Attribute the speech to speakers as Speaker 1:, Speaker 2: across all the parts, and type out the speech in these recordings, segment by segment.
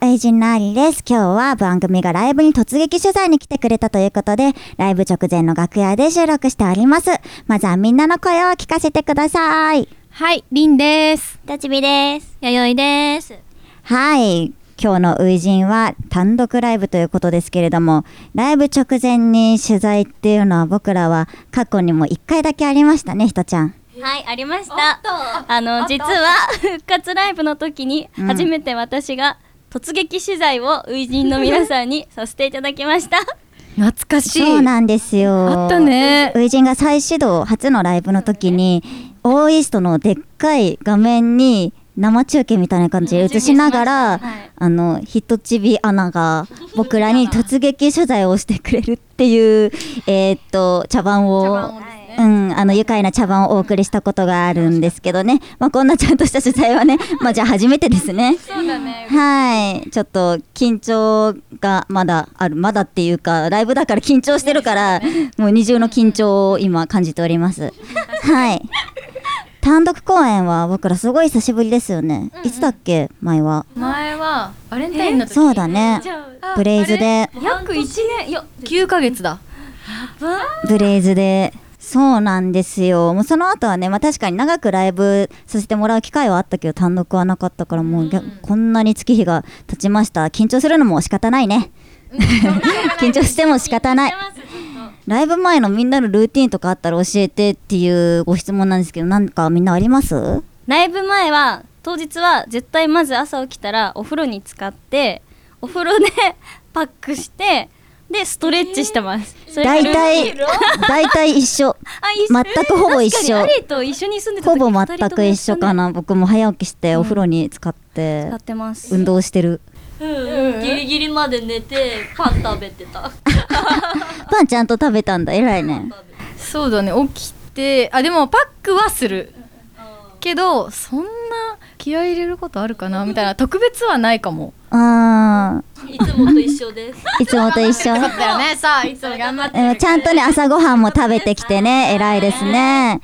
Speaker 1: 愛人のアリです。今日は番組がライブに突撃取材に来てくれたということで、ライブ直前の楽屋で収録しております。まずはみんなの声を聞かせてください。
Speaker 2: はい、りんです。
Speaker 3: 立ちです。
Speaker 2: 弥生です。
Speaker 1: はい。今日の初陣は単独ライブということですけれども、ライブ直前に取材っていうのは僕らは過去にも1回だけありましたね、ひとちゃん。
Speaker 3: はい、ありました。あの、実は、復活ライブの時に、
Speaker 1: うん
Speaker 3: 初めて私が突撃取材を初陣の皆さん にさせていただきました。
Speaker 2: 懐かしい。
Speaker 1: そうなんですよ。
Speaker 2: あったね。
Speaker 1: 初陣が再始動初のライブの時に、オーイーストのでっかい画面に生中継みたいな感じで映しながら、
Speaker 3: はい
Speaker 1: あのヒットチビアナが僕らに突撃取材をしてくれるっていうえーっと茶番をうん、あの愉快な茶番をお送りしたことがあるんですけどね、まあ、こんなちゃんとした取材はねまあじゃあ初めてですね。
Speaker 3: そうだね。
Speaker 1: はいちょっと緊張がまだあるまだっていうかライブだから緊張してるからもう二重の緊張を今感じております。はい単独公演は僕らすごい久しぶりですよね、いつだっけ前は
Speaker 4: 前はバレンタインの時
Speaker 1: そうだねブレイズで
Speaker 3: 約一年、よ、
Speaker 4: 9ヶ月だ
Speaker 1: ブレイズでそうなんですよもうその後はね、まあ、確かに長くライブさせてもらう機会はあったけど単独はなかったからもう、ぎゃこんなに月日が経ちました緊張するのも仕方ないね緊張しても仕方ないライブ前のみんなのルーティンとかあったら教えてっていうご質問なんですけどなんかみんなあります
Speaker 3: ライブ前は、当日は絶対まず朝起きたらお風呂に浸かって、お風呂で パックして、で、ストレッチしてます。それが
Speaker 1: 大
Speaker 3: ルーテ
Speaker 1: 体
Speaker 3: ィン
Speaker 1: 大体一 緒
Speaker 3: あ一緒
Speaker 1: 全くほぼ一緒
Speaker 3: 確かにアリと一緒に住んでた
Speaker 1: ほ
Speaker 3: 時
Speaker 1: ぼ全く一緒かな僕も早起きしてお風呂に浸かって
Speaker 3: 使ってます
Speaker 1: 運動してる
Speaker 5: ギリギリまで寝てパン食べてた
Speaker 1: パンちゃんと食べたんだ偉いね
Speaker 4: そうだね起きてあでもパックはするけどそんな気合い入れることあるかなみ たいな特別はないかも
Speaker 1: あ
Speaker 5: いつもと一緒です
Speaker 1: ーいつもと一緒。
Speaker 4: だよね さあいつも頑張っ
Speaker 1: うんちゃんとね、朝ごはんも食べてきてね、偉いですね。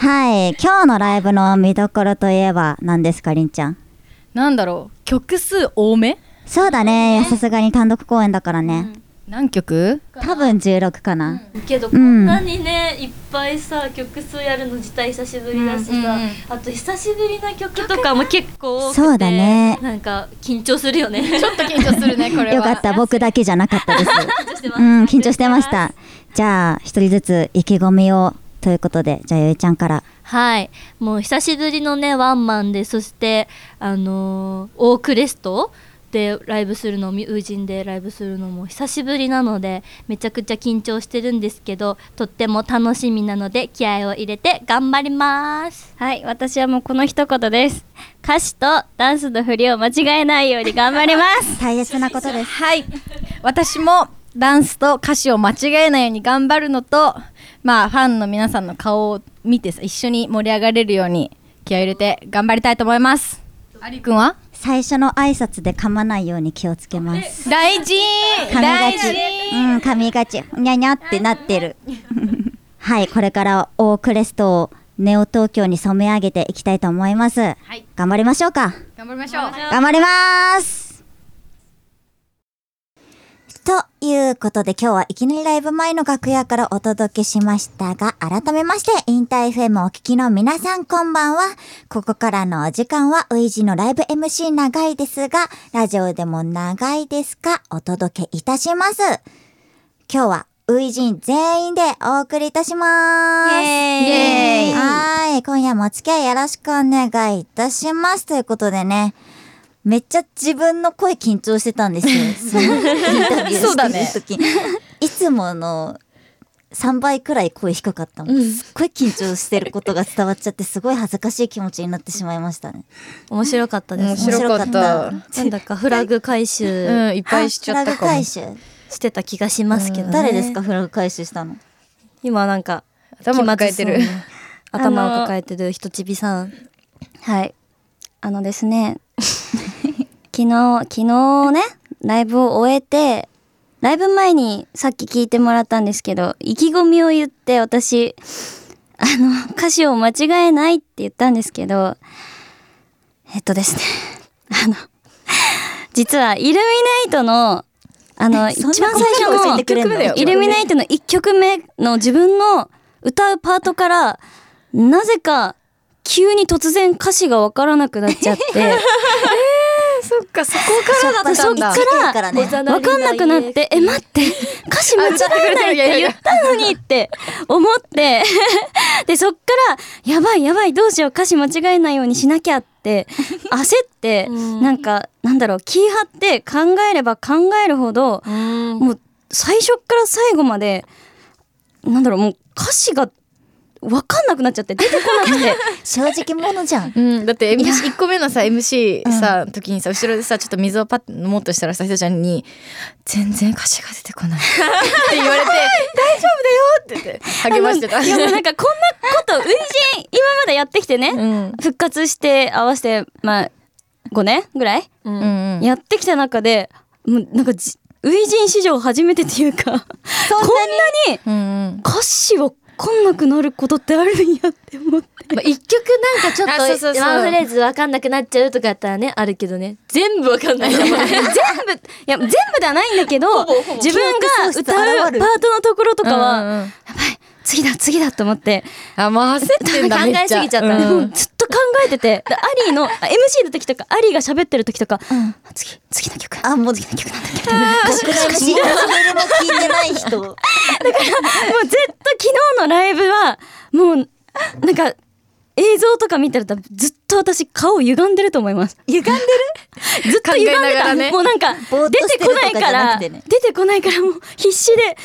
Speaker 1: はい。今日のライブの見どころといえば何ですか、りんちゃん。
Speaker 4: なんだろう曲数多め
Speaker 1: そうだね。さすがに単独公演だからね。
Speaker 4: 何曲
Speaker 1: 多分16かな。
Speaker 5: けど
Speaker 1: う
Speaker 5: こ
Speaker 1: ん
Speaker 5: んなにねいっぱいさ曲数やるの自体久しぶりだしさ、
Speaker 4: うんうんうん
Speaker 5: あと久しぶりな曲とかも結構多くて
Speaker 1: そうだね
Speaker 5: なんか緊張するよね緊
Speaker 4: ち ょっと緊張するねこれは
Speaker 1: よかった。僕だけじゃなか ったです。
Speaker 5: 張してま
Speaker 1: う
Speaker 5: す
Speaker 1: ん、緊張してました。じゃあ、一人ずつ意気込みを。ということで、じゃあ、ゆいちゃんから。
Speaker 5: はいもう久しぶりのねワンマンでそしてあのーオークレストでライブするのも友人でライブするのも久しぶりなのでめちゃくちゃ緊張してるんですけどとっても楽しみなので気合を入れて頑張ります
Speaker 3: はい私はもうこの一言です歌詞とダンスの振りを間違えないように頑張りま す
Speaker 1: 大切なことです。
Speaker 4: はい私もダンスと歌詞を間違えないように頑張るのとまあファンの皆さんの顔を見てさ一緒に盛り上がれるように気合を入れて頑張りたいと思いますありくんは
Speaker 1: 最初の挨拶で噛まないように気をつけます。
Speaker 4: 大事
Speaker 1: 噛みが
Speaker 4: 大
Speaker 1: ちう
Speaker 4: 事。
Speaker 1: ん、噛みがち。にゃにゃってなって る。はい、これからオークレストをネオ東京に染め上げていきたいと思います。
Speaker 4: い
Speaker 1: 頑張りましょうか。
Speaker 4: 頑張りましょう
Speaker 1: 頑張りますということで今日はいきなりライブ前の楽屋からお届けしましたが、改めまして、インター FM をお聞きの皆さんこんばんは。ここからのお時間は、ウイジのライブ MC 長いですが、ラジオでも長いですか、お届けいたします。今日は、ウイジン全員でお送りいたします。
Speaker 4: エーイイエーイ
Speaker 1: はい、今夜もお付き合いよろしくお願いいたします。ということでね、めっちゃ自分の声緊張してたんですよ。そのインタビュー
Speaker 4: そうだね
Speaker 1: してる時。いつもの3倍くらい声低かったもん。すっごい緊張してることが伝わっちゃって、すごい恥ずかしい気持ちになってしまいました ね。
Speaker 5: 面白かったです
Speaker 1: 面白かった
Speaker 5: なんだかフラグ回収
Speaker 4: うんいっぱいしちゃった
Speaker 1: フラ
Speaker 4: か
Speaker 1: グ
Speaker 4: も
Speaker 1: 回収。
Speaker 5: してた気がしますけど、ね
Speaker 1: 誰ですか、フラグ回収したの。
Speaker 5: 今なんか
Speaker 4: 頭抱えてる
Speaker 5: 気まずそうな頭を抱えてる人ちびさん
Speaker 3: はいあのですね昨日昨日ねライブを終えてライブ前にさっき聞いてもらったんですけど意気込みを言って私あの歌詞を間違え ないって言ったんですけどえっとですねあの実はイルミネイトのあの
Speaker 1: え
Speaker 3: 一
Speaker 1: そんな
Speaker 3: 番最初
Speaker 1: 教
Speaker 3: の
Speaker 1: えてくれんの一曲目だよ
Speaker 3: イルミネイトの1曲目の自分の歌うパートからなぜか急に突然歌詞が分からなくなっちゃって
Speaker 4: そっか、そこからだ
Speaker 3: そ
Speaker 1: そっ
Speaker 3: っ
Speaker 1: か
Speaker 3: からら
Speaker 1: ね
Speaker 3: 分かんなくなってえ待って歌詞間違えないって言ったのにって思って でそっからやばいやばいどうしよう歌詞間違えないようにしなきゃ って焦って
Speaker 5: うん
Speaker 3: なんかなんだろう気張って考えれば考えるほど
Speaker 5: うん
Speaker 3: もう最初から最後までなんだろうもう歌詞が分かんなくなっちゃって出てこなくて
Speaker 1: 正直者じゃん。
Speaker 4: うん、だって MC 一個目のさ MC さ、時にさ後ろでさちょっと水をパッと飲もうとしたらさひとちゃんに「全然歌詞が出てこない」って言われて「大丈夫だよ」って言って励ましてた。
Speaker 3: いやもうなんかこんなこと初陣今までやってきてね、
Speaker 4: うん
Speaker 3: 復活して合わせてまあ5年ぐらい、
Speaker 4: うん
Speaker 3: やってきた中でもうなんかじ初陣史上初めてっていうかこんなに
Speaker 4: うんうん
Speaker 3: 歌詞をこんなくなることってあるんやって思って
Speaker 5: まあ、一曲なんかちょっと
Speaker 4: あそうそうそう
Speaker 5: ワンフレーズわかんなくなっちゃうとかやったらねあるけどね全部わかんないから ね
Speaker 3: 全部いや全部ではないんだけ ど自分が
Speaker 1: 記憶喪失
Speaker 3: 歌う
Speaker 1: 現る
Speaker 3: パートのところとかは、
Speaker 4: うんう
Speaker 3: や
Speaker 4: んうん
Speaker 3: ばい次だ次だと思って
Speaker 4: あもう焦ってんだ
Speaker 5: 考
Speaker 4: め
Speaker 5: え
Speaker 4: っちゃ
Speaker 5: すぎちゃった
Speaker 4: うん
Speaker 3: もうずっと考えててでアリーのあ MC の時とかアリーが喋ってる時とか、次次の曲
Speaker 1: あ、もう、曲なんだっけ。国内のシンガーソングでも聞いてない人。
Speaker 3: もうずっと昨日のライブはもうなんか映像とか見てるとずっと私顔歪んでると思い ます
Speaker 1: 歪んでる
Speaker 3: ずっと歪んで
Speaker 4: 考えなが
Speaker 3: た、
Speaker 4: らね
Speaker 3: もうなんか
Speaker 1: ぼーっと
Speaker 3: 出
Speaker 1: してて
Speaker 3: こ
Speaker 1: る
Speaker 3: な
Speaker 1: と
Speaker 3: い
Speaker 1: かじ
Speaker 3: か
Speaker 1: ゃ
Speaker 3: ら
Speaker 1: なくてね
Speaker 3: 出てこないからもう必死で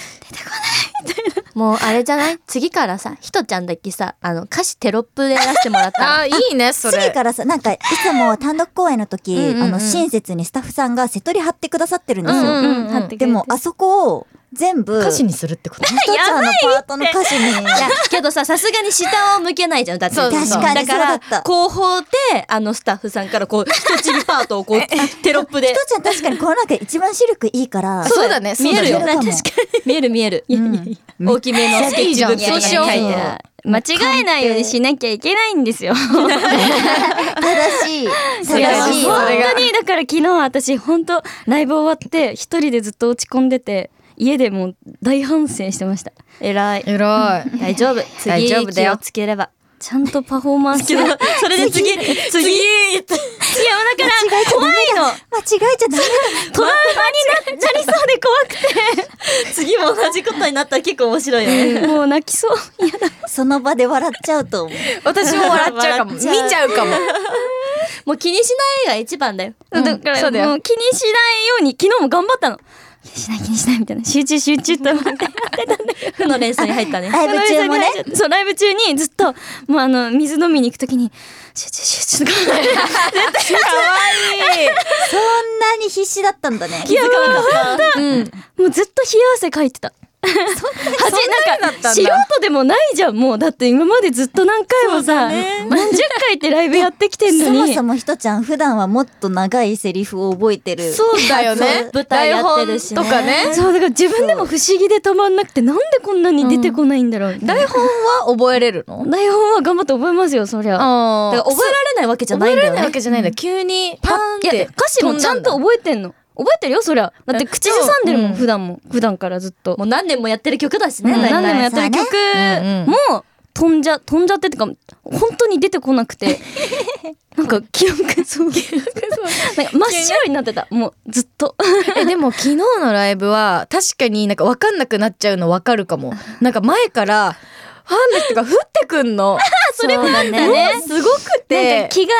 Speaker 5: もうあれじゃない次からさひとちゃんだけさあの歌詞テロップでやらせてもらった ら
Speaker 4: あいいねそ
Speaker 1: 次
Speaker 4: れ
Speaker 1: からさ、なんか、いつも単独公演の時、
Speaker 4: うんうんうん
Speaker 1: あの、親切にスタッフさんが瀬戸り貼ってくださってるんですよ。
Speaker 4: うんうん
Speaker 3: 貼ってくれて
Speaker 1: でも、あそこを全部、
Speaker 4: 歌詞
Speaker 1: に、
Speaker 4: にするってこと
Speaker 1: ちゃんのパートの歌詞に、
Speaker 5: いや けどささすがに下を向けないじゃんだって
Speaker 4: そうそうそう
Speaker 5: だ
Speaker 1: 確
Speaker 5: から
Speaker 1: かにそうだった
Speaker 5: 後方であのスタッフさ んからこう人ちびパートをこうテロップで
Speaker 1: とちゃん確かにこの中で一番視力いいから、
Speaker 4: そうだねそう
Speaker 5: 見え
Speaker 4: だ
Speaker 5: るよ
Speaker 4: ね
Speaker 1: そうだよ
Speaker 5: 確かに見える見える
Speaker 1: うん
Speaker 5: 大きめのスケッチブック
Speaker 4: いやいやいや
Speaker 5: に書いてある
Speaker 3: 間違えないようにしなきゃいけないんです よ本
Speaker 1: 正しい。
Speaker 4: いや
Speaker 1: 正しい。
Speaker 4: そうだよ
Speaker 3: 当にだから昨日私本当ライブ終わって一人でずっと落ち込んでて家でもう大反省してました偉い
Speaker 4: えらい
Speaker 5: 大丈夫
Speaker 4: 大
Speaker 5: 次
Speaker 4: 丈夫だ
Speaker 5: 気
Speaker 4: よ
Speaker 5: をつければ
Speaker 3: ちゃんとパフォーマンスいやだか
Speaker 5: それで次次
Speaker 3: ら
Speaker 1: 間違えちゃダメだ。間違えちゃダメだ。
Speaker 3: トラウマにななりそうで怖くて
Speaker 5: 次も同じことになったら結構面白いよね
Speaker 3: もう泣き そう。いやだ。
Speaker 1: その場で笑っちゃうと思う。
Speaker 4: 私も笑っちゃうかも見
Speaker 1: 笑っちゃう
Speaker 4: ちゃうかも
Speaker 5: もう気にしないが一番だよ
Speaker 3: だか
Speaker 4: そうだよ
Speaker 3: らもう気にしないように昨日も頑張ったの。気にしない気にしないみたいな集中集中と思って
Speaker 5: 負の連鎖に入っ たね
Speaker 1: ライブ中もね。
Speaker 3: そうライブ中にずっともうあの水飲みに行くときに集中集中とか思って
Speaker 1: そんなに必死だったんだね。
Speaker 5: 気づかなかった
Speaker 3: もうずっと冷や汗かいてた。恥なんか素人でもないじゃんもうだって今までずっと何回もさ、何十回ってライブやってきてんの
Speaker 1: そ
Speaker 3: に
Speaker 1: もそもひとちゃん普段はもっと長いセリフを覚えてる。
Speaker 4: そうだよね
Speaker 5: 舞台やってるしね
Speaker 4: 台本とかね
Speaker 3: そうだから自分でも不思議でたまんなくてなんでこんなに出てこないんだろうみたいな、
Speaker 4: 台本は覚えれるの
Speaker 3: 台本は頑張って覚えますよそりゃ
Speaker 4: あ
Speaker 5: だから覚えられないわけじゃないんだよ
Speaker 4: ないわ
Speaker 5: ね
Speaker 4: けじゃないんだ急にパーンっ
Speaker 3: いや
Speaker 4: て
Speaker 3: 歌詞もちゃん
Speaker 4: 飛だ
Speaker 3: と覚えてんの覚えてるよそりゃだって口ずさんでるもん、
Speaker 4: うん
Speaker 3: 普段も普段からずっと、
Speaker 5: もう何年もやってる曲だしね、
Speaker 3: うん
Speaker 5: 大体
Speaker 3: 何年もやってる曲
Speaker 4: ね
Speaker 3: も飛んじゃ飛んじゃってってか本当に出てこなくてなんか記憶そうなんか真っ白になってたもうずっと
Speaker 4: えでも昨日のライブは確かになんか分かんなくなっちゃうの分かるかもなんか前からファンの人が降ってくんの
Speaker 5: それもなんだ
Speaker 4: もうすごく
Speaker 3: なんか
Speaker 4: て
Speaker 3: 気が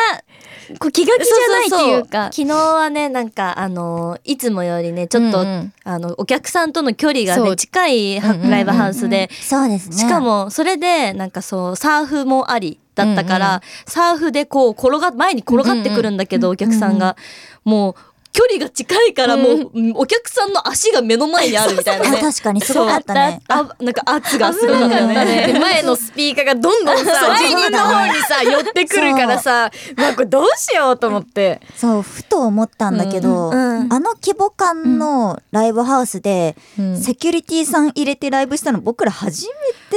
Speaker 3: こう気が気じゃないっていうか
Speaker 5: 昨日はねなんかあのーいつもよりねちょっと、
Speaker 4: うんうん
Speaker 5: あのお客さんとの距離が
Speaker 4: そ
Speaker 5: ね
Speaker 4: う
Speaker 5: 近いは
Speaker 4: うんうんうん
Speaker 5: ライブハウスで、
Speaker 1: そうですね。
Speaker 5: しかもそれでなんかそうサーフもありだったから、
Speaker 4: うんう
Speaker 5: サーフでこう転が前に転がってくるんだけど、お客さんが、もう距離が近いからもう、お客さんの足が目の前にあるみたい
Speaker 1: あ、
Speaker 5: なね。
Speaker 1: 確かにすごかったね。
Speaker 5: あなんか圧がすごかった
Speaker 1: 危なかった
Speaker 5: ね。
Speaker 4: で前のスピーカーがどんどんさ自分の方にさ寄ってくるからさうわこれどうしようと思って
Speaker 1: そう、ふと思ったんだけど、
Speaker 5: うんうん
Speaker 1: あの規模感のライブハウスで、
Speaker 4: うん
Speaker 1: セキュリティさん入れてライブしたの僕ら初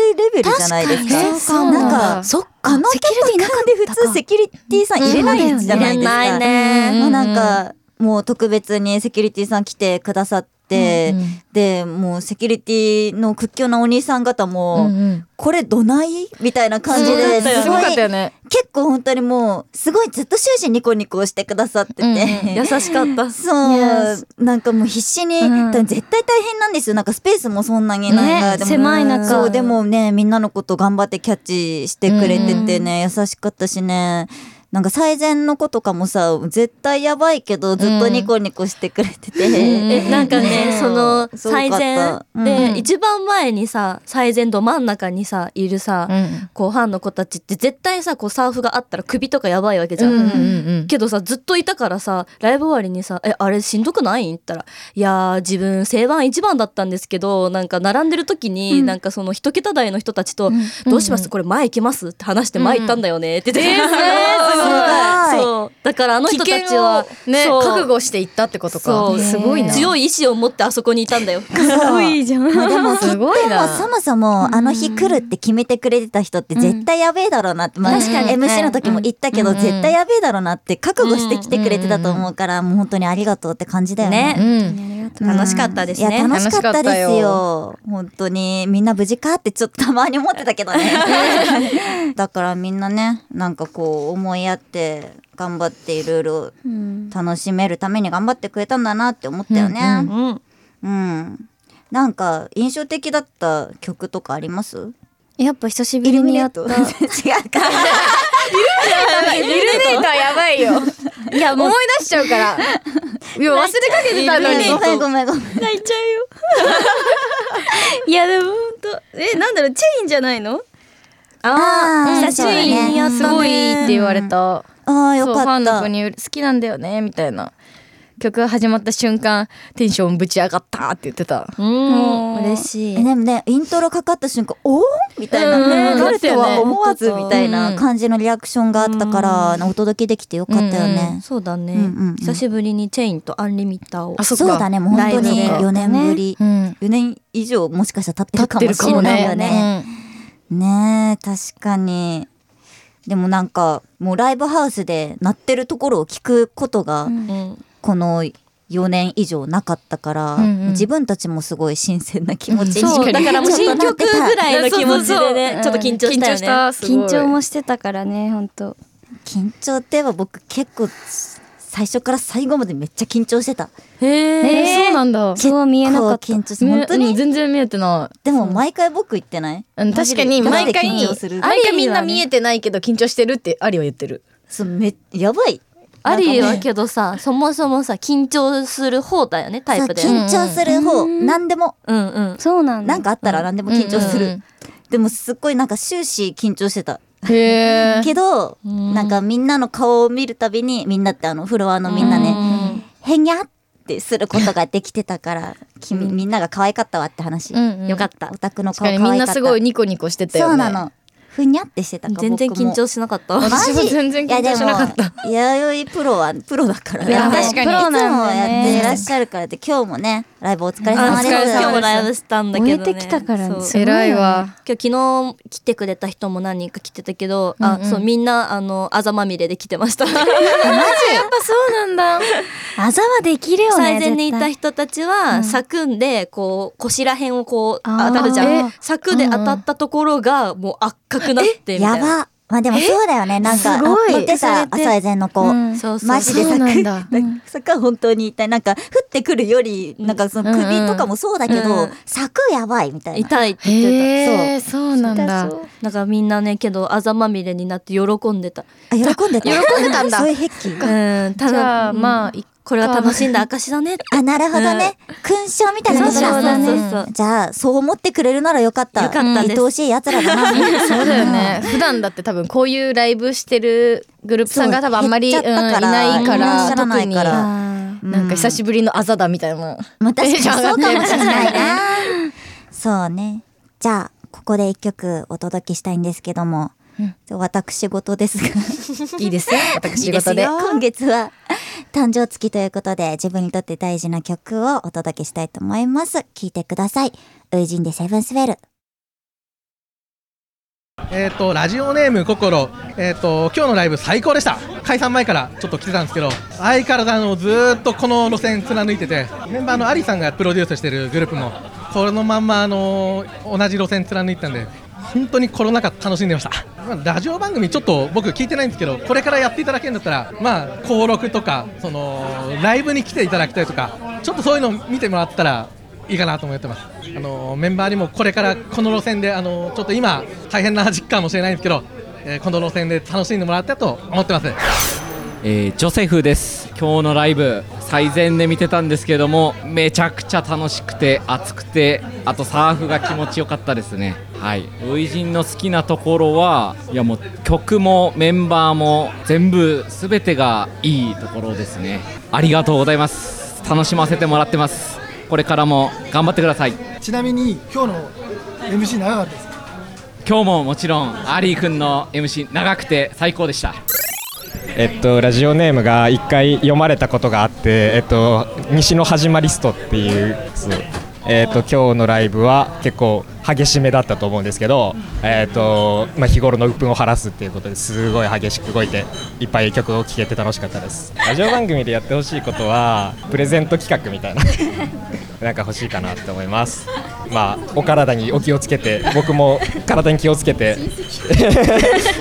Speaker 1: めてレベルじゃないですか。
Speaker 4: 確かにそうかも
Speaker 1: なんか、
Speaker 4: そっ
Speaker 1: あの規模感で普通セキュリティさん入れないじゃないですか。
Speaker 5: ね
Speaker 1: もうなんか、もう特別にセキュリティさん来てくださって、
Speaker 4: うんうん
Speaker 1: でもうセキュリティの屈強なお兄さん方も、
Speaker 4: うんうん
Speaker 1: これどないみたいな感じで
Speaker 4: そうだったよ
Speaker 1: すご
Speaker 4: ねすごか
Speaker 1: い
Speaker 4: ったよね
Speaker 1: 結構本当にもうすごいずっと終始ニコニコしてくださってて、
Speaker 4: うん優しかった
Speaker 1: そう、なんかもう必死に、
Speaker 3: うん
Speaker 1: 多分絶対大変なんですよなんかスペースもそんなにないから、
Speaker 3: ね
Speaker 1: でも
Speaker 3: 狭い中
Speaker 1: そうでもねみんなのこと頑張ってキャッチしてくれててね、優しかったしねなんか最善の子とかもさ絶対やばいけどずっとニコニコしてくれて て、
Speaker 5: えなんかね、
Speaker 1: ね
Speaker 5: その
Speaker 1: すごかっ
Speaker 5: 最
Speaker 1: た
Speaker 5: 前
Speaker 1: う
Speaker 5: で
Speaker 1: ん
Speaker 5: 一番前にさ最前ど真ん中にさいるさ、
Speaker 4: うん
Speaker 5: こうファンの子たちって絶対さこうサーフがあったら首とかやばいわけじゃん。
Speaker 4: うんうんうん
Speaker 5: けどさずっといたからさライブ終わりにさ「えあれしんどくない?」って言ったら「いやー自分正番一番だったんですけどなんか並んでる時に、なんかその一桁台の人たちと「どうしますこれ前行けます?」って話して前行ったんだよねって言ってた、
Speaker 1: すごい
Speaker 5: そうだからあの人た
Speaker 4: 危
Speaker 5: ち
Speaker 4: 険を
Speaker 5: は、
Speaker 4: ね
Speaker 5: そう
Speaker 4: 覚悟していったってこと
Speaker 5: そ
Speaker 4: か
Speaker 5: う
Speaker 4: すごいな
Speaker 5: 強い意志を持ってあそこにいたんだよ。
Speaker 1: かっ こいいじゃん。まあでもきっ
Speaker 4: す
Speaker 1: とも
Speaker 4: ご
Speaker 1: う
Speaker 4: いな
Speaker 1: そもそもあの日来るって決めてくれてた人って絶対やべえだろうなって、まあ、
Speaker 3: 確かに
Speaker 1: MC の時も言ったけど、
Speaker 4: うん
Speaker 1: 絶対やべえだろうなって覚悟してきてくれてたと思うから、もう本当にありがとうって感じだよね。
Speaker 5: ね
Speaker 4: うん
Speaker 1: うん
Speaker 5: 楽しかったです
Speaker 1: い
Speaker 5: ね
Speaker 1: や、楽しかったです
Speaker 4: 楽し
Speaker 1: よ。本当に。みんな無事かってちょっとたまに思ってたけどね。だからみんなね、なんかこう思い合って頑張っていろいろ楽しめるために頑張ってくれたんだなって思ったよね。
Speaker 5: うん、
Speaker 1: うん。なんか印象的だった曲とかあります？
Speaker 3: やっぱ久しぶりにやっ
Speaker 1: 違
Speaker 3: た
Speaker 1: うか。
Speaker 4: イルミネーターやばいよ
Speaker 5: いやもう
Speaker 4: 思い出しちゃうからいや忘れかけてたのに
Speaker 1: ごめんごめんごめん。
Speaker 3: 泣いちゃう よいやでも本当えなんだろうチェインじゃないの
Speaker 1: あー
Speaker 4: うん
Speaker 1: 久しぶり
Speaker 4: チェイン
Speaker 1: にやったね
Speaker 4: すごいいいって言われた
Speaker 1: ああよ
Speaker 4: そうフ
Speaker 1: か
Speaker 4: ァ
Speaker 1: っ
Speaker 4: ンの子
Speaker 1: た。
Speaker 4: に好きなんだよねみたいな曲が始まった瞬間テンションぶち上がったって言ってた
Speaker 5: うん
Speaker 3: 嬉しい
Speaker 1: えでもねイントロかかった瞬間おーみたいな、
Speaker 4: うん
Speaker 1: なるとは思わず
Speaker 5: だったよね
Speaker 1: みたいな感じのリアクションがあったから、お届けできてよかったよね。
Speaker 5: そうだね、
Speaker 1: うんうんうん
Speaker 5: 久しぶりにチェインとアンリミッターを
Speaker 4: あそっか
Speaker 1: そうだねもう本当に
Speaker 5: ライブで
Speaker 1: 4年ぶり、
Speaker 4: うん
Speaker 1: 4年以上もしかしたら経ってるかも
Speaker 4: 立
Speaker 1: しれないよね。
Speaker 4: ね
Speaker 1: ねえ確かにでもなんかもうライブハウスで鳴ってるところを聞くことが
Speaker 5: うん
Speaker 1: この4年以上なかったから、
Speaker 4: うんうん
Speaker 1: 自分たちもすごい新鮮な気持ちに、
Speaker 4: うん
Speaker 5: そうだからもう新曲ぐらいの気持ちでねち
Speaker 4: そう
Speaker 5: ょっと緊張したよね
Speaker 4: すごい
Speaker 3: 緊張もしてたからね本当
Speaker 1: 緊張って言えば僕結構最初から最後までめっちゃ緊張してた
Speaker 5: へえ
Speaker 4: えーそうなんだ
Speaker 3: そう見えなかっ
Speaker 1: 結構
Speaker 3: た
Speaker 1: 緊張して本当に、
Speaker 4: うん全然見えてない
Speaker 1: でも毎回僕言ってない
Speaker 4: うん確かに毎回
Speaker 1: マジで緊張する
Speaker 4: 毎回みんな見えてないけど緊張してるってアリは言ってる
Speaker 1: そうめやばい
Speaker 5: アリ
Speaker 1: なん
Speaker 5: は
Speaker 1: かね
Speaker 5: けどさそもそもさ緊張する方だよねタイプで
Speaker 1: そう緊張する方、何でも
Speaker 5: うんうん
Speaker 3: そうなんだ
Speaker 1: なんかあったら何でも緊張する、
Speaker 4: うんうん
Speaker 1: でもすっごいなんか終始緊張してた
Speaker 4: へえ
Speaker 1: けど、なんかみんなの顔を見るたびにみんなってあのフロアのみんなねへにゃってすることができてたから君、みんなが可愛かったわって話、
Speaker 4: うんうん
Speaker 1: よかったオタクの
Speaker 4: 確か
Speaker 1: 顔
Speaker 4: に
Speaker 1: 可
Speaker 4: みん
Speaker 1: 愛か
Speaker 4: な
Speaker 1: った
Speaker 4: すごいニコニコしてたよ
Speaker 1: そう
Speaker 4: ね
Speaker 1: なのふにゃってしてたから
Speaker 5: 全然
Speaker 1: 僕も
Speaker 5: 緊張しなかった
Speaker 1: マジ
Speaker 4: 私も全然緊張しなかった
Speaker 1: いやでも弥生プロはプロだからね
Speaker 4: いや
Speaker 1: ね
Speaker 4: 確かに
Speaker 1: プロなんだよねいつもやって
Speaker 3: ね
Speaker 1: いらっしゃるからって今日もねライブお疲れ
Speaker 5: あ
Speaker 1: 様
Speaker 5: 疲
Speaker 1: です
Speaker 5: れ様です今日
Speaker 1: 今
Speaker 5: も
Speaker 1: 日も
Speaker 5: ライブしたんだけどね
Speaker 3: 終えてきたからね
Speaker 5: そう
Speaker 3: え
Speaker 4: 偉いわ
Speaker 5: 今日昨日来てくれた人も何人か来てたけど、あ
Speaker 4: うんうん
Speaker 5: そうみんなあのあざまみれで来てました
Speaker 4: そうなんだ
Speaker 3: あざはできるよね
Speaker 5: 最前にいた
Speaker 3: 絶
Speaker 5: 人たちは、柵んでこう腰らへんをこう
Speaker 3: あー
Speaker 5: 当たるじゃ
Speaker 3: え
Speaker 5: ん柵で当たったところがもう圧角なってみた
Speaker 1: や
Speaker 5: いな
Speaker 1: ばまあでもそうだよねなんか
Speaker 3: すごい
Speaker 1: 言ってた朝江前の子、
Speaker 3: うん
Speaker 5: そうそう
Speaker 1: マジで
Speaker 4: そうな んだ
Speaker 1: 柵柵は本当に痛いなんか降ってくるよりなんかその首とかもそうだけ
Speaker 5: うんう
Speaker 1: ど
Speaker 5: ん
Speaker 1: 柵やばいみたいな
Speaker 5: 痛いって言って
Speaker 4: へえそうなんだ
Speaker 5: たなんかみんなねけどあざまみれになって喜んでた
Speaker 1: あ喜んでた
Speaker 4: 喜んでたんだ
Speaker 1: そういう癖
Speaker 5: うんただ
Speaker 4: じゃあ
Speaker 5: うん
Speaker 4: まあいっか
Speaker 5: これは楽しんだ証だね
Speaker 1: あなるほどね勲章みたいなこと
Speaker 5: そうそう
Speaker 1: だ
Speaker 5: そう
Speaker 1: ね
Speaker 5: そう
Speaker 1: じゃあそう思ってくれるならよかった
Speaker 5: よかったです
Speaker 1: 愛おしい奴らだな
Speaker 4: そうだよね普段だって多分こういうライブしてるグループさんが多分あんまり
Speaker 1: そう減っちゃったから
Speaker 4: うんいないか
Speaker 1: いらっ
Speaker 4: ら
Speaker 1: しゃらないから
Speaker 4: 特に
Speaker 3: あー
Speaker 4: なんか久しぶりのあざだみたいな。
Speaker 1: まあ確かにそうかもしれないな。そうね。じゃあ、ここで一曲お届けしたいんですけども、私事ですが、
Speaker 4: いいですよ。私 仕事で。
Speaker 1: 今月は誕生月ということで、自分にとって大事な曲をお届けしたいと思います。聴いてください。ウイジンでセブンスウェル。
Speaker 6: えっ、とラジオネーム心えっ、と今日のライブ最高でした。解散前からちょっと来てたんですけど、相変わらずあのずーっとこの路線貫いてて、メンバーのアリさんがプロデュースしてるグループもそのまんまあの同じ路線貫いてたんで。本当にコロナ禍楽しんでましたまあラジオ番組ちょっと僕聞いてないんですけどこれからやっていただけるんだったらまあ登録とかそのライブに来ていただきたいとかちょっとそういうのを見てもらったらいいかなと思ってますあのメンバーにもこれからこの路線であのちょっと今大変な実感かもしれないんですけど、えーこの路線で楽しんでもらったと思ってます
Speaker 7: えージョセフです今日のライブ最前で見てたんですけどもめちゃくちゃ楽しくて熱くてあとサーフが気持ちよかったですねはい初陣の好きなところはいやもう曲もメンバーも全部全てがいいところですねありがとうございます楽しませてもらってますこれからも頑張ってください
Speaker 8: ちなみに今日の MC 長かったです
Speaker 7: 今日ももちろんアリーくんの MC 長くて最高でした
Speaker 9: えっと、ラジオネームが1回読まれたことがあって、えっと、西の始まりストっていうそうえっと今日のライブは結構激しめだったと思うんですけど、えっとまあ、日頃の鬱憤を晴らすっていうことですごい激しく動いていっぱい曲を聴けて楽しかったですラジオ番組でやってほしいことはプレゼント企画みたいな なんか欲しいかなって思いますまあお体にお気をつけて僕も体に気をつけて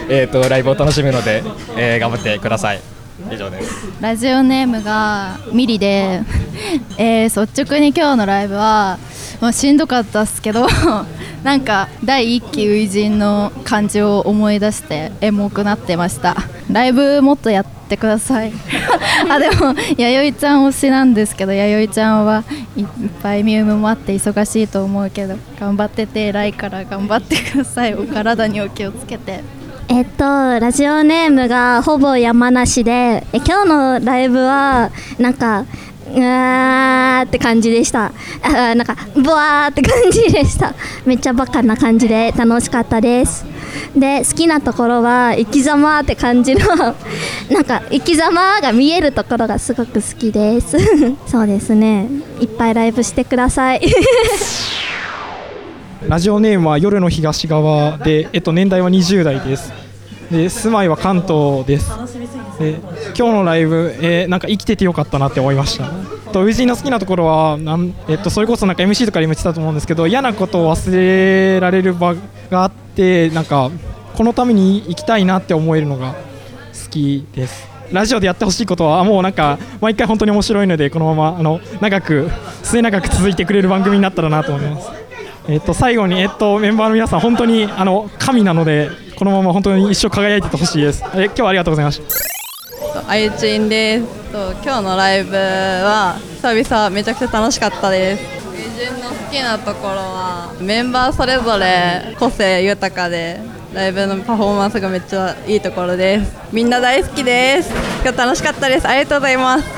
Speaker 9: えっとライブを楽しむので、えー頑張ってください以上です
Speaker 10: ラジオネームがミリで、 えー率直に今日のライブは、まあ、しんどかったっすけど なんか第一期初陣の感じを思い出してエモくなってましたライブもっとやってください あでも弥生ちゃん推しなんですけど弥生ちゃんはいいっぱいミウムもあって忙しいと思うけど頑張ってて偉いから頑張ってくださいお体にお気をつけて
Speaker 11: えっと、ラジオネームがほぼ山梨でえ今日のライブはなんかうわーって感じでしたあーなんかボワーって感じでしためっちゃバカな感じで楽しかったですで好きなところは生き様って感じの なんか生き様が見えるところがすごく好きです そうですねいっぱいライブしてください
Speaker 12: ラジオネームは夜の東側で、えっと、年代は20代ですで住まいは関東ですで今日のライブ、えーなんか生きててよかったなって思いましたとウジの好きなところはなん、えっと、それこそなんか MC とかでも言ってたと思うんですけど嫌なことを忘れられる場があってなんかこのために行きたいなって思えるのが好きですラジオでやってほしいことはもうなんか毎回本当に面白いのでこのままあの長く末永く続いてくれる番組になったらなと思いますえっと、最後に、えっと、メンバーの皆さん、本当にあの神なので、このまま本当に一生輝いててほしいです。え今日はありがとうございました。
Speaker 13: あゆちんですと今日のライブは久々めちゃくちゃ楽しかったです好きなところはメンバーそれぞれ個性豊かでライブのパフォーマンスがめっちゃいいところですみんな大好きです今日楽しかったですありがとうございます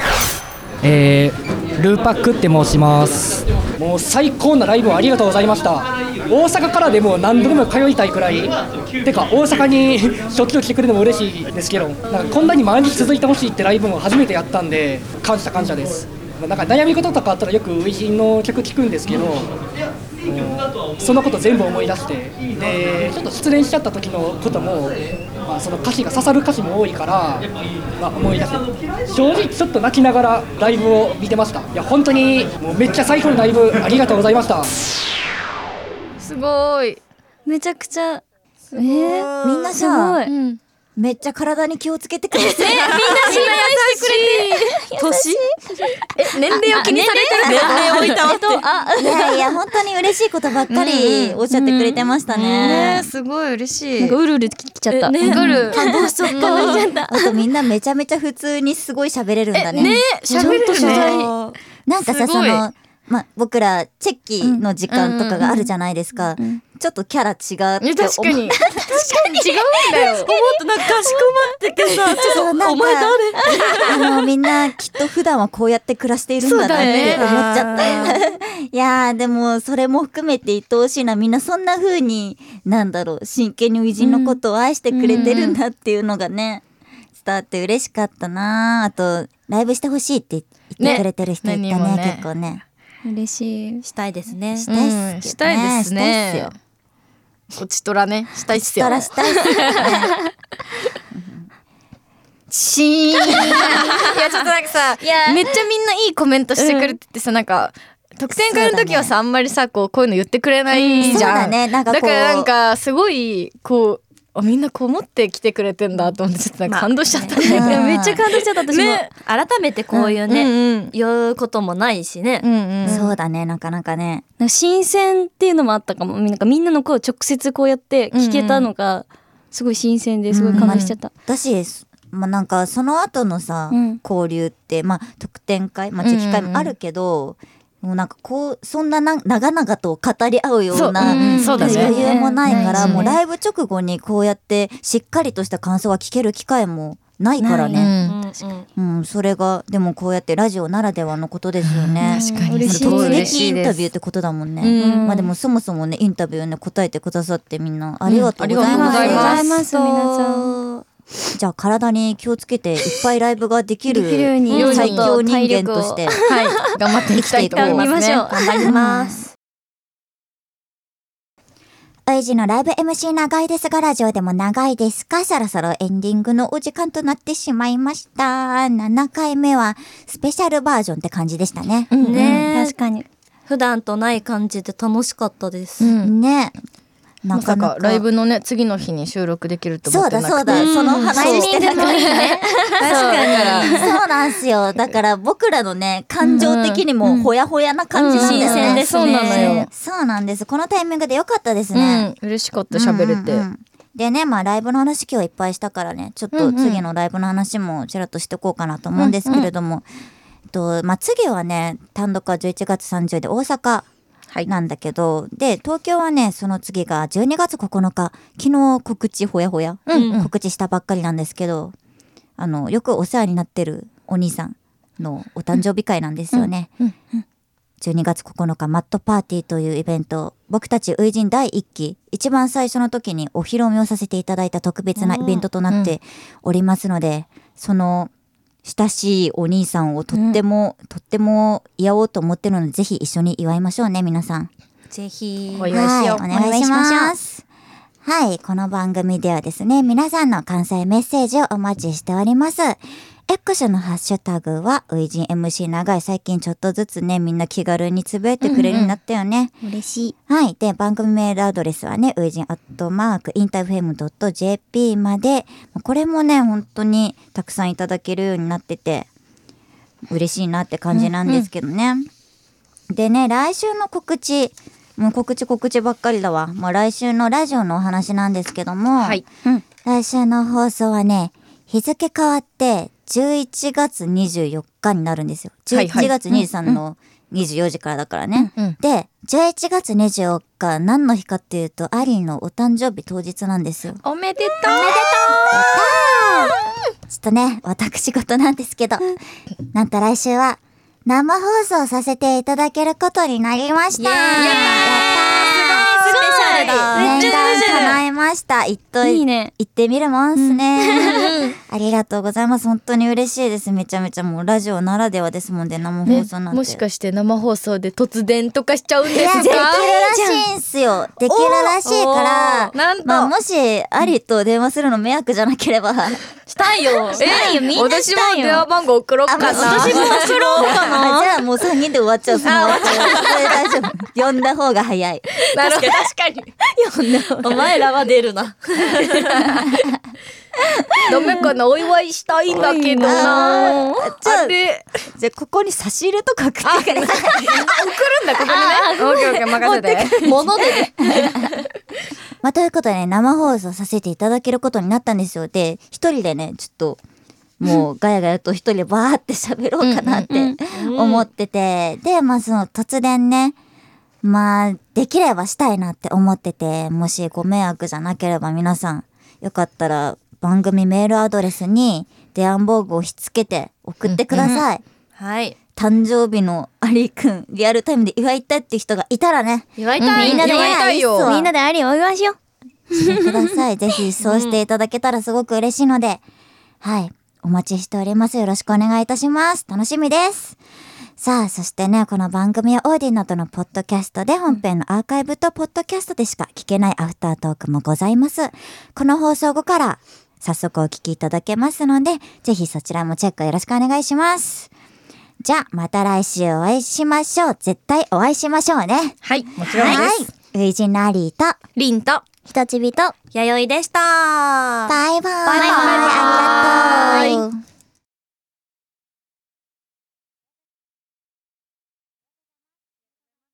Speaker 14: えールーパックって申しますもう最高なライブをありがとうございました大阪からでも何度でも通いたいくらいてか大阪にしょっちゅう来てくれるのも嬉しいですけどなんかこんなに毎日続いてほしいってライブも初めてやったんで感謝感謝ですなんか悩み事とかあったらよく初陣の曲聞くんですけどそのこと全部思い出してでちょっと失恋しちゃった時のことも、まあ、その歌詞が刺さる歌詞も多いから、まあ、思い出して正直ちょっと泣きながらライブを見てましたいや本当にもうめっちゃ最高のライブありがとうございました
Speaker 4: すごい
Speaker 3: めちゃくちゃ
Speaker 1: えー、みんなさ、めっちゃ体に気をつけてくれてる。みんな
Speaker 4: 心配してくれて年え年齢を気にされてる
Speaker 1: あいやいや本当に嬉しいことばっかりおっしゃってくれてましたね。
Speaker 4: ねすごい嬉しい
Speaker 1: なんかうるうるきちゃった
Speaker 4: ねうる
Speaker 1: 感動しちゃった
Speaker 4: 感動しちゃった
Speaker 1: あとみんなめちゃめちゃ普通にすごい喋れるんだね
Speaker 4: えね喋れるね
Speaker 1: ちゃんと喋なんかさ
Speaker 4: すご
Speaker 1: そ
Speaker 4: い
Speaker 1: のまあ僕らチェッキの時間とかがあるじゃないですか、ちょっとキャラ違うって思
Speaker 4: ね
Speaker 1: う
Speaker 4: 確かに確かに違うんだよ思ったなんかかしこまっててさち
Speaker 1: そうなんかあのみんなきっと普段はこうやって暮らしているんだなって思っちゃった、いやーでもそれも含めて愛おしいなみんなそんな風になんだろう真剣に偉人のことを愛してくれてるんだっていうのがね伝わって嬉しかったなあとライブしてほしいって言ってくれてる人いたね
Speaker 4: ね何人もね
Speaker 1: 結構ね
Speaker 3: 嬉しい
Speaker 1: したいですね
Speaker 4: うんしたいですね
Speaker 1: したいっすよ
Speaker 4: 落ちとらねしたいっすよ。らしたいっすチーンいやちょっとなんかさめっちゃみんないいコメントしてくれててさ、なんか特典会の時はさ、あんまりさこうこういうの言ってくれないじ
Speaker 1: うん
Speaker 4: ゃん、
Speaker 1: そうだねなんかこう
Speaker 4: からなんかすごいこうあみんなこう思って来てくれてんだと思ってちょっとなんか感動しちゃった、
Speaker 15: いやめっちゃ感動しちゃった私も、
Speaker 4: ね
Speaker 15: 改めてこういうね、言うこともないしね、
Speaker 1: そうだねなかなかね
Speaker 3: なんか新鮮っていうのもあったかもなんかみんなの声を直接こうやって聞けたのがすごい新鮮ですごい感動しちゃった、
Speaker 1: 私まあなんかその後のさ、
Speaker 3: うん
Speaker 1: 交流ってまあ特典会まあチェキ会もあるけど、もうなんかこうそんなな長々と語り合うような
Speaker 4: そううんそうだね
Speaker 1: 余裕もないから、
Speaker 4: ないしね
Speaker 1: もうライブ直後にこうやってしっかりとした感想は聞ける機会もないからね。うん、それがでもこうやってラジオならではのことですよね。
Speaker 4: 確かに
Speaker 1: 嬉
Speaker 4: すごい
Speaker 1: 突
Speaker 4: 嬉し
Speaker 1: 撃イ
Speaker 4: い
Speaker 1: ン
Speaker 4: です
Speaker 1: タビューってことだもんね。
Speaker 4: うん
Speaker 1: まあでもそもそもねインタビューね答えてくださってみんなありがとうございます。
Speaker 4: うんありがとうございます
Speaker 1: 皆さん。じゃあ体に気をつけていっぱいライブができる
Speaker 4: できるように
Speaker 1: 最強人間として、
Speaker 4: ちょっと体力をはい頑張っていきたいと思いますね
Speaker 1: 頑張ります。ウイジのライブ MC 長いですが、ラジオでも長いですかそろそろエンディングのお時間となってしまいました。7回目はスペシャルバージョンって感じでしたね。
Speaker 15: ねえ
Speaker 1: 確かに。
Speaker 15: 普段とない感じで楽しかったです、
Speaker 1: ね
Speaker 4: まさかライブのね次の日に収録できると思ってなくて
Speaker 1: そうだそうだその話してたからね
Speaker 4: 確かに
Speaker 1: そうなんすよ。だから僕らのね、感情的にもほやほやな感じなんだよね。
Speaker 4: うんうんうんそうなのよ
Speaker 1: そうなんです。このタイミングでよかったです
Speaker 4: う
Speaker 1: ね。
Speaker 4: ん嬉しかった喋れて、
Speaker 1: うんうんうんでね、まあライブの話今日いっぱいしたからね、ちょっ
Speaker 4: うんう
Speaker 1: と
Speaker 4: ん
Speaker 1: 次のライブの話もちらっとしてこうかなと思うんですけれども、えっと、まあ次はね、単独は11月30で大阪。なんだけど、で、東京はね、その次が12月9日、昨日告知ほやほや、
Speaker 4: うんうん
Speaker 1: 告知したばっかりなんですけど、あの、よくお世話になってるお兄さんのお誕生日会なんですよね。12月9日マットパーティーというイベント僕たち初陣第1期一番最初の時にお披露目をさせていただいた特別なイベントとなっておりますので、その親しいお兄さんをとっても、とっても祝おうと思ってるのでぜひ一緒に祝いましょうね皆さん。
Speaker 15: ぜひ
Speaker 1: はいお願いします。はい、この番組ではですね、皆さんの関西メッセージをお待ちしております。X のハッシュタグは、ウイジン MC 長い。最近ちょっとずつね、みんな気軽につぶやいてくれるようになったよね。
Speaker 3: 嬉しい
Speaker 1: はい。で、番組メールアドレスはね、ウイジンアットマーク、インターフェム .jp まで、これもね、本当にたくさんいただけるようになってて、嬉しいなって感じなんですけどね。でね、来週の告知、もう告知告知ばっかりだわ。もう来週のラジオのお話なんですけども、うん来週の放送はね、日付変わって11月24日になるんですよ。
Speaker 4: はいは
Speaker 1: 11
Speaker 4: い
Speaker 1: 月23の24時からだからね。で、11月24日何の日かっていうと、アリーのお誕生日当日なんですよ。
Speaker 4: おめでとうおめで
Speaker 1: ちょっとね、私事なんですけど、なんと来週は生放送させていただけることになりました。やったー
Speaker 3: すごいスペシャルだめ
Speaker 1: 念
Speaker 3: っちゃスペシャ
Speaker 1: 願
Speaker 3: ル
Speaker 1: 叶えました。行っとい
Speaker 3: いいね
Speaker 1: 行ってみるもんっす
Speaker 3: う
Speaker 1: ね。ありがとうございます。本当に嬉しいです。めちゃめちゃもうラジオならではですもんね、生放送なんて。
Speaker 4: もしかして生放送で突然とかしちゃうんですか
Speaker 1: できるらしいんすよ。できるらしいから、
Speaker 4: おーなんと
Speaker 1: まあ、もし、アリと電話するの迷惑じゃなければ、したいよしたいよ、みんなしたいよ。
Speaker 4: 私も電話番号送ろうかな
Speaker 1: あまあ
Speaker 4: 私も送ろうかな
Speaker 1: あじゃあもう3人で終わっちゃう。その
Speaker 4: あ終わっちゃう
Speaker 1: それ大丈夫。呼んだ方が早い。
Speaker 4: なるほど確かにお前らは出る なダメかなお祝いしたいんだけどな
Speaker 1: じゃあ、じゃあここに差し入れとか送ってくれさい。送るんだ、こ
Speaker 4: こにねオッケーオッケー任せて
Speaker 1: 物でね。まあ、ということでね、生放送させていただけることになったんですよ。で、一人でね、ちょっと、もうガヤガヤと一人でバーって喋ろうかなって思ってて、で、まあその突然ね、まあ、できればしたいなって思ってて、もしご迷惑じゃなければ皆さん、よかったら番組メールアドレスに電話防具をひっつけて送ってください。
Speaker 15: はい
Speaker 1: 誕生日のアリーくん、リアルタイムで祝いたいって人がいたらね。
Speaker 15: 祝いたい
Speaker 1: みんなでね
Speaker 15: 祝いたいよ
Speaker 1: みんなでアリーをお祝いしよ う。してください。ぜひそうしていただけたらすごく嬉しいので、はい。お待ちしております。よろしくお願いいたします。楽しみです。さあ、そしてね、この番組はオーディなどのポッドキャストで本編のアーカイブとポッドキャストでしか聞けないアフタートークもございます。この放送後から早速お聞きいただけますので、ぜひそちらもチェックよろしくお願いします。じゃあ、また来週お会いしましょう。絶対お会いしましょうね。はい、も
Speaker 4: ちろんです
Speaker 1: はい。ウイジンのアリーと、リンと、ひとちびと、
Speaker 5: 弥生でした。
Speaker 1: バイバイ。
Speaker 5: バイバイ。
Speaker 1: ありがとう。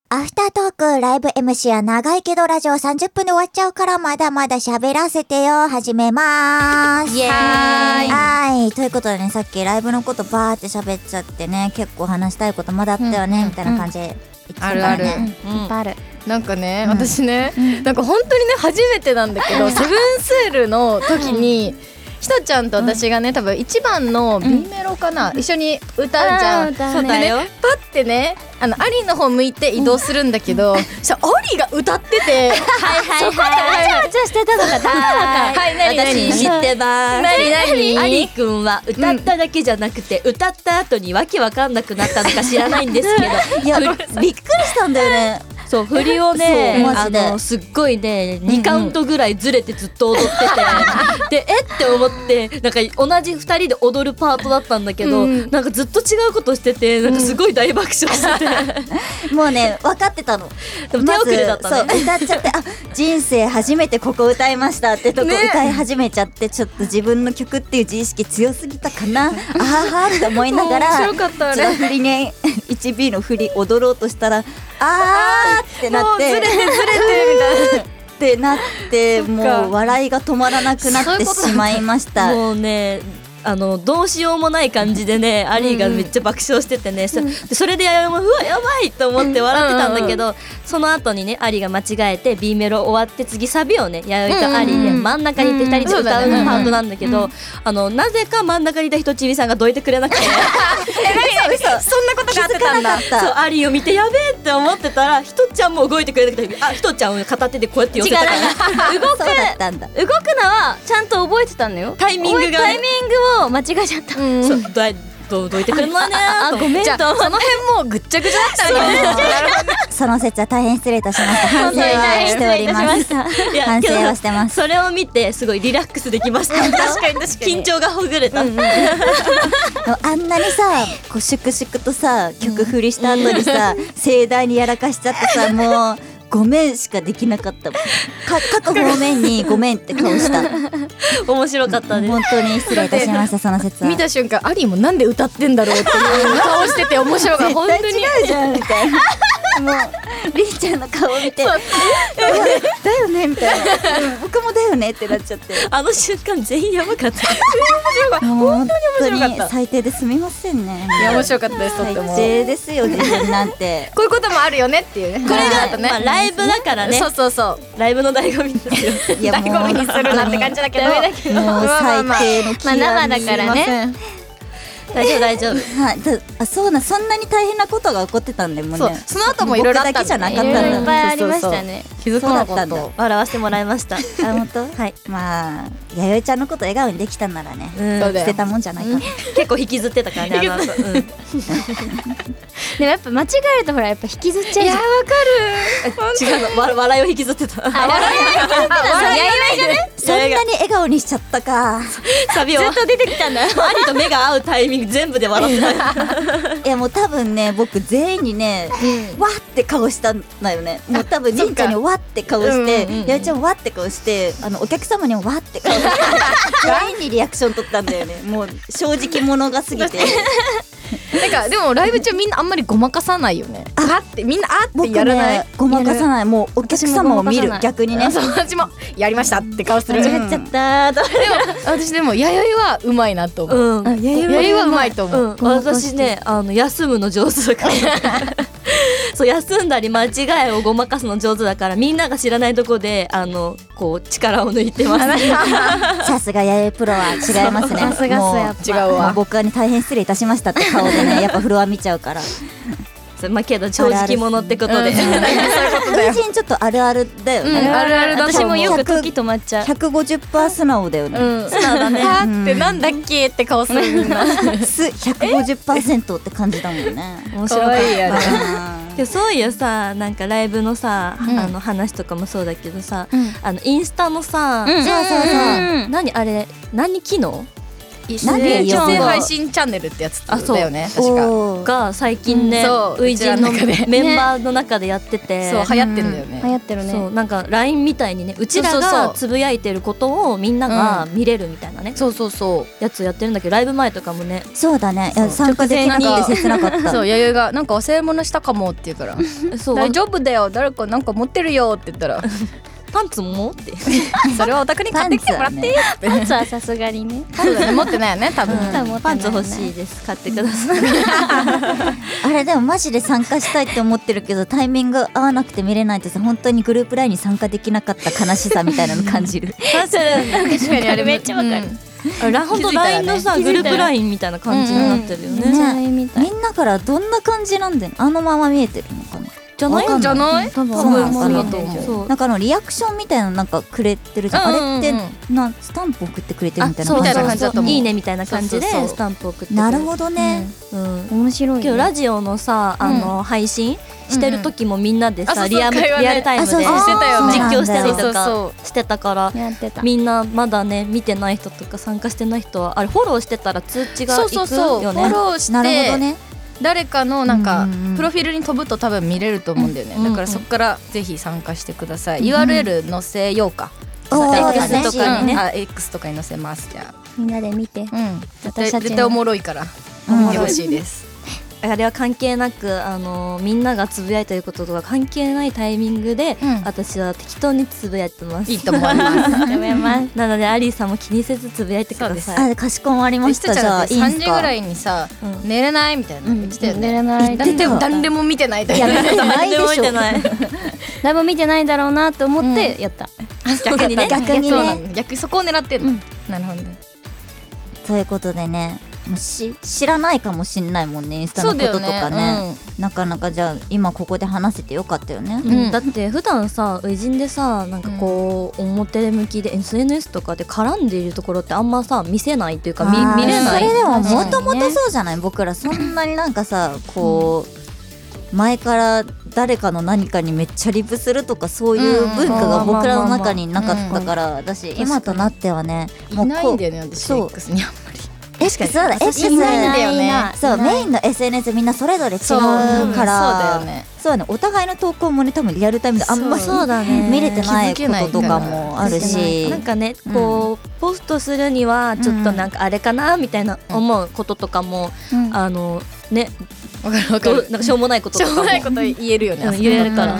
Speaker 1: アフタートーク、ライブ MC は長いけどラジオ30分で終わっちゃうからまだまだ喋らせてよ。始めまーす。
Speaker 5: イエーイ
Speaker 1: はい。ということでね、さっきライブのことバーって喋っちゃってね、結構話したいことまだあったよね、みたいな感じで言ってた
Speaker 4: あ
Speaker 1: ね。
Speaker 4: るある、
Speaker 1: うん
Speaker 4: いっぱいあるなんかね、私ね、なんか本当にね初めてなんだけどセブンスールの時にひとちゃんと私がね多分一番の B メロかな、一緒に歌うじゃ
Speaker 5: あー
Speaker 4: ん
Speaker 5: 歌うねそうだよ
Speaker 4: でねパッてねあのアリの方向いて移動するんだけど、そしたらアリが歌ってて
Speaker 5: はいはい
Speaker 4: そこでわちゃわちゃしてたのがダメだから
Speaker 5: はい、
Speaker 4: 何何
Speaker 5: 私知ってます。
Speaker 4: 何何
Speaker 5: アリくんは歌っただけじゃなくて、歌った後にわけわかんなくなったのか知らないんですけ ど。
Speaker 1: いや
Speaker 5: ふ
Speaker 1: びっくりしたんだよね。
Speaker 5: そう振りをね
Speaker 1: そうマ
Speaker 5: あ
Speaker 1: ジで
Speaker 5: のすっごいね2カウントぐらいずれてずっと踊って て、でえって思ってなんか同じ2人で踊るパートだったんだけど、
Speaker 1: うん
Speaker 5: なんかずっと違うことしててなんかすごい大爆笑してて、
Speaker 1: もうね分かってたの
Speaker 5: でも手遅れだったね、
Speaker 1: まずそう歌っちゃってあ人生初めてここ歌いましたってとこ
Speaker 5: ね
Speaker 1: 歌い始めちゃって、ちょっと自分の曲っていう自意識強すぎたかなあははって思いながら
Speaker 5: 面白かったあれ
Speaker 1: ちょっと振りね 1B の振り踊ろうとしたらあーってなって
Speaker 5: もうずれてずれて
Speaker 1: みたいな。ってなってもう笑いが止まらなくなってしまいました。
Speaker 5: もうねあのどうしようもない感じでね、アリーがめっちゃ爆笑しててね、そでそれで弥生もうわやばいと思って笑ってたんだけど、その後にねアリーが間違えて B メロ終わって次サビをね弥生とアリーで真ん中にいて2人で歌うパートなんだけど、あのなぜか真ん中にいた人ちびさんがどいてくれなくて
Speaker 4: え嘘 嘘そんなことがあってたんだ
Speaker 5: そうアリーを見てやべえって思ってたらひとちゃんも動いてくれなくてあひとちゃんを片手でこうやって寄せたから
Speaker 1: 違う
Speaker 5: 動く
Speaker 1: そうだったんだ
Speaker 5: 動くのはちゃんと覚えてたのよタイミングが、ね、
Speaker 4: タイ
Speaker 5: ミングを間違えちゃった、そうどいどどいてくるのはね
Speaker 4: ああ
Speaker 5: と
Speaker 4: ごめん
Speaker 5: じゃ あ
Speaker 4: と思って
Speaker 5: その辺もぐっちゃぐちゃだったね
Speaker 1: その説は大変失礼いたしました。 反省はしております。 反省はしてます。
Speaker 5: すそれを見てすごいリラックスできました確かに確かに緊張がほぐれた、
Speaker 1: でもあんなにさこう粛々とさ曲振りした後にさ、盛大にやらかしちゃって さもうごめんしかできなかったもんか各方面にごめんって顔した
Speaker 5: 面白かったです
Speaker 1: 本当に失礼いたしましたその説は
Speaker 4: 見た瞬間アリーもなんで歌ってんだろうっていう顔してて面白かった本
Speaker 1: 絶
Speaker 4: 当
Speaker 1: 対
Speaker 4: に
Speaker 1: 違うじゃんみたいなもうりんちゃんの顔を見ていやだよねみたいなうん僕もだよねってなっちゃって
Speaker 5: あの瞬間全員やばかった
Speaker 1: 本当
Speaker 4: に面白かった
Speaker 1: に最低ですみませんね
Speaker 4: いや面白かったですとっ
Speaker 1: 最
Speaker 4: ても
Speaker 1: 低ですよ自分なんて
Speaker 4: こういうこともあるよねっていうね
Speaker 5: これ
Speaker 4: あ
Speaker 5: が、
Speaker 4: とね
Speaker 5: まあ、ライブだからね
Speaker 4: そうそうそう
Speaker 5: ライブの醍醐味ですよ
Speaker 1: いや
Speaker 4: 醍醐味にするなって感じだけど
Speaker 5: ダメだけど
Speaker 1: もう最低の極み
Speaker 5: まあ生だからね大丈夫大丈夫
Speaker 1: はいだあそうなそんなに大変なことが起こってたんでもう
Speaker 5: そう
Speaker 1: ね
Speaker 5: その後もいろいろあった
Speaker 1: 僕だ
Speaker 5: んだ
Speaker 1: けじゃなかったんだ
Speaker 5: いろいろいっぱいありましたね
Speaker 1: そうそうそう
Speaker 5: 気づかなかった
Speaker 1: そうだんだ
Speaker 5: 笑わせてもらいました
Speaker 1: あ本当はいまあ弥生ちゃんのこと笑顔にできたならね
Speaker 5: うんそうだ
Speaker 1: 捨
Speaker 5: よ
Speaker 1: てたもんじゃないかな
Speaker 5: 結構引きずってたからねあの後、 うん
Speaker 3: でもやっぱ間違えるとほらやっぱ引きずっちゃういやわか
Speaker 5: 違うのわ笑いを引きずってた
Speaker 3: あ笑いを引きずってた
Speaker 5: 笑い
Speaker 3: そう弥生がね
Speaker 1: そんなに笑顔にしちゃったか
Speaker 5: サビをずっと出てき たんだアリと目が合うタイミング全部で笑ってた
Speaker 1: いやもう多分ね僕全員にね、わって顔したんだよねもう多分りんちゃんにわって顔して、
Speaker 5: うんうんうん
Speaker 1: やいちゃんわって顔してあのお客様にもわって顔して全員にリアクション取ったんだよねもう正直者が過ぎて
Speaker 4: なんかでもライブ中みんなあんまりごまかさないよねあってみんなあって
Speaker 1: 僕
Speaker 4: やらない、
Speaker 1: ねごまかさないもうお客様を見る逆にね
Speaker 4: そう私もやりましたって顔する
Speaker 1: 間違っちゃ
Speaker 5: った
Speaker 4: でも私でも弥生はうまいなと思う、
Speaker 5: うん、
Speaker 4: 弥生はうまいと思う、
Speaker 5: ん私ねあの休むの上手だから そう休んだり間違いをごまかすの上手だからみんなが知らないとこであのこう力を抜いてます
Speaker 1: さすが弥生プロは違いますね
Speaker 5: そうさすがっす
Speaker 1: も
Speaker 5: やっぱ違うわ
Speaker 1: も僕はね大変失礼いたしましたって顔でねやっぱフロア見ちゃうから
Speaker 5: そうまあけど正直者ってことで、
Speaker 1: 友人ちょっとあるあるだよね、
Speaker 5: うんあるあるだと思う
Speaker 1: 私もよく
Speaker 5: 時止まっちゃう
Speaker 1: 150%素直だよね、
Speaker 5: うん
Speaker 4: 素直だね
Speaker 1: は
Speaker 4: ってなんだっけって顔するみんな
Speaker 1: す150%って感じだもんね
Speaker 5: 面白かったでもそういうさなんかライブのさ、あの話とかもそうだけどさ、あのインスタのさ、
Speaker 1: うん
Speaker 5: そうそうそう
Speaker 1: うん
Speaker 5: 何あれ何機能
Speaker 4: 何女性配信チャンネルってやつ
Speaker 5: あそう
Speaker 4: だよね 確か
Speaker 5: が最近ね、
Speaker 4: うんそう
Speaker 5: ウイジンの
Speaker 4: うちらの中 で
Speaker 5: メンバーの中でやってて、
Speaker 4: ねそう流行ってんだよね
Speaker 5: 流行ってるねそうなんか LINE みたいにねうちら
Speaker 4: そうそうそ
Speaker 5: が
Speaker 4: う
Speaker 5: つぶやいてることをみんなが見れるみたいなね、そうそうそうやつやってるんだけどライブ前とかもね
Speaker 1: そうだねいや参加できな
Speaker 5: 直前
Speaker 1: く
Speaker 5: に
Speaker 1: て切なかった
Speaker 4: そう弥生がなんかお世話物したかもって言うから
Speaker 5: そう
Speaker 4: 大丈夫だよ誰かなんか持ってるよって言ったら
Speaker 5: パンツもって
Speaker 4: それはお宅に買ってきてもらって
Speaker 16: パンツは
Speaker 5: さすがにね
Speaker 4: そうだね持ってないよね多分
Speaker 5: パンツ欲しいです買ってください
Speaker 1: あれでもマジで参加したいって思ってるけどタイミング合わなくて見れないってさ本当にグループラインに参加できなかった悲しさみたいなの感じる
Speaker 5: 確かにあれめっちゃわかる、うん、あ本当 LINE のさ、グループ LINE みたいな感じになってるよね、
Speaker 1: ねみんなからどんな感じなんだよあのまま見えてるのかな
Speaker 5: じゃない
Speaker 1: わかん
Speaker 5: じゃない
Speaker 1: 多分
Speaker 5: 多
Speaker 1: そ
Speaker 5: 分
Speaker 1: うなのか
Speaker 5: そうだと思
Speaker 1: な
Speaker 5: う
Speaker 1: そうなんかあのリアクションみたいなのなんかくれてるじゃん、
Speaker 5: うんうんうん
Speaker 1: あれってなんスタンプ送ってくれてるみたいな
Speaker 5: そう
Speaker 1: 感じ
Speaker 5: そうそういいねみたい
Speaker 1: い
Speaker 5: な感じで
Speaker 1: そうそうそう
Speaker 5: スタンプ送ってく
Speaker 1: なるほどね、
Speaker 5: うん
Speaker 1: 面白
Speaker 5: 今日ラジオのさあの、配信してる時もみんなでさ、
Speaker 1: うんうん
Speaker 5: リアム
Speaker 1: あそうそう会話ね
Speaker 5: リアルタイム
Speaker 1: あ
Speaker 5: で
Speaker 1: そうそうしてたよね
Speaker 5: 実況したりと
Speaker 1: そう
Speaker 5: か
Speaker 1: そ
Speaker 5: してたから
Speaker 1: やってた
Speaker 5: みんなまだね見てない人とか参加してない人はあれフォローしてたら通知がい
Speaker 4: そう
Speaker 5: く
Speaker 4: そうそうフ
Speaker 5: よね
Speaker 4: ォローして
Speaker 5: なるほどね
Speaker 4: 誰かのなんかプロフィールに飛ぶと多分見れると思うんだよね、
Speaker 5: うんうん
Speaker 4: だからそこからぜひ参加してください、
Speaker 5: うん
Speaker 4: URL 載せようか、
Speaker 5: おー
Speaker 4: X と
Speaker 5: そうだ
Speaker 4: かに
Speaker 5: ね
Speaker 4: ね、あ X とかに載せますじゃあ
Speaker 16: みんなで見て、
Speaker 4: 絶対
Speaker 5: 私たちの
Speaker 4: 絶対おもろいから見てほしいです
Speaker 5: あれは関係なくあのみんながつぶやいてることとか関係ないタイミングで、私は適当につぶやいてます
Speaker 4: いいと思います
Speaker 5: いいと思います なのでアリーさんも気にせずつぶやいてください
Speaker 1: あかしこまりました
Speaker 4: で
Speaker 1: じゃあいいん
Speaker 4: 3
Speaker 1: す
Speaker 4: 時
Speaker 1: か
Speaker 4: ぐらいにさ、寝れないみたいなの言ってたよね、
Speaker 16: 寝れない
Speaker 4: 言ってても誰も見てないと
Speaker 16: いや見てないでしょ
Speaker 4: 誰も見てない
Speaker 16: ライブ見てないだろうなと思ってやった、
Speaker 4: 逆にね
Speaker 1: 逆にね
Speaker 4: そうなんだ逆そこを狙ってるの、なるほど
Speaker 1: ということでねもうし知らないかもしんないもんねインスタのことと
Speaker 5: そ
Speaker 1: か
Speaker 5: う
Speaker 1: ね
Speaker 5: だよね
Speaker 1: なかなかじゃあ今ここで話せてよかったよね、
Speaker 5: うんだって普段さ偉人でさなんかこう、表向きで SNS とかで絡んでいるところってあんまさ見せないというか見
Speaker 1: あー
Speaker 5: 見れない
Speaker 1: それでももともとそうじゃない僕らそんなになんかさこう前から誰かの何かにめっちゃリプするとかそういう文化が僕らの中になかったからだし今となってはねもう
Speaker 4: いないんだよね私
Speaker 1: そう
Speaker 4: X にあんまり
Speaker 1: X そうだ
Speaker 4: 私
Speaker 1: X
Speaker 4: いないんだよね
Speaker 1: そう
Speaker 4: いない
Speaker 1: メインの SNS みんなそれぞれ違う
Speaker 4: そううん
Speaker 1: から
Speaker 4: そうだよね
Speaker 1: そうだねお互いの投稿もね多分リアルタイムであんまり
Speaker 5: そうだね
Speaker 1: 見れてないこととかもあるし
Speaker 5: なんかねこう、ポストするにはちょっとなんかあれかなみたいな思うこととかも、
Speaker 4: うん
Speaker 5: あのね
Speaker 4: わかるわ
Speaker 5: かるなんかしょうもないことと
Speaker 4: し
Speaker 5: か
Speaker 4: ょ
Speaker 5: も
Speaker 4: うもないこと言えるよね、
Speaker 5: うん
Speaker 4: あそこ
Speaker 5: 言えるから、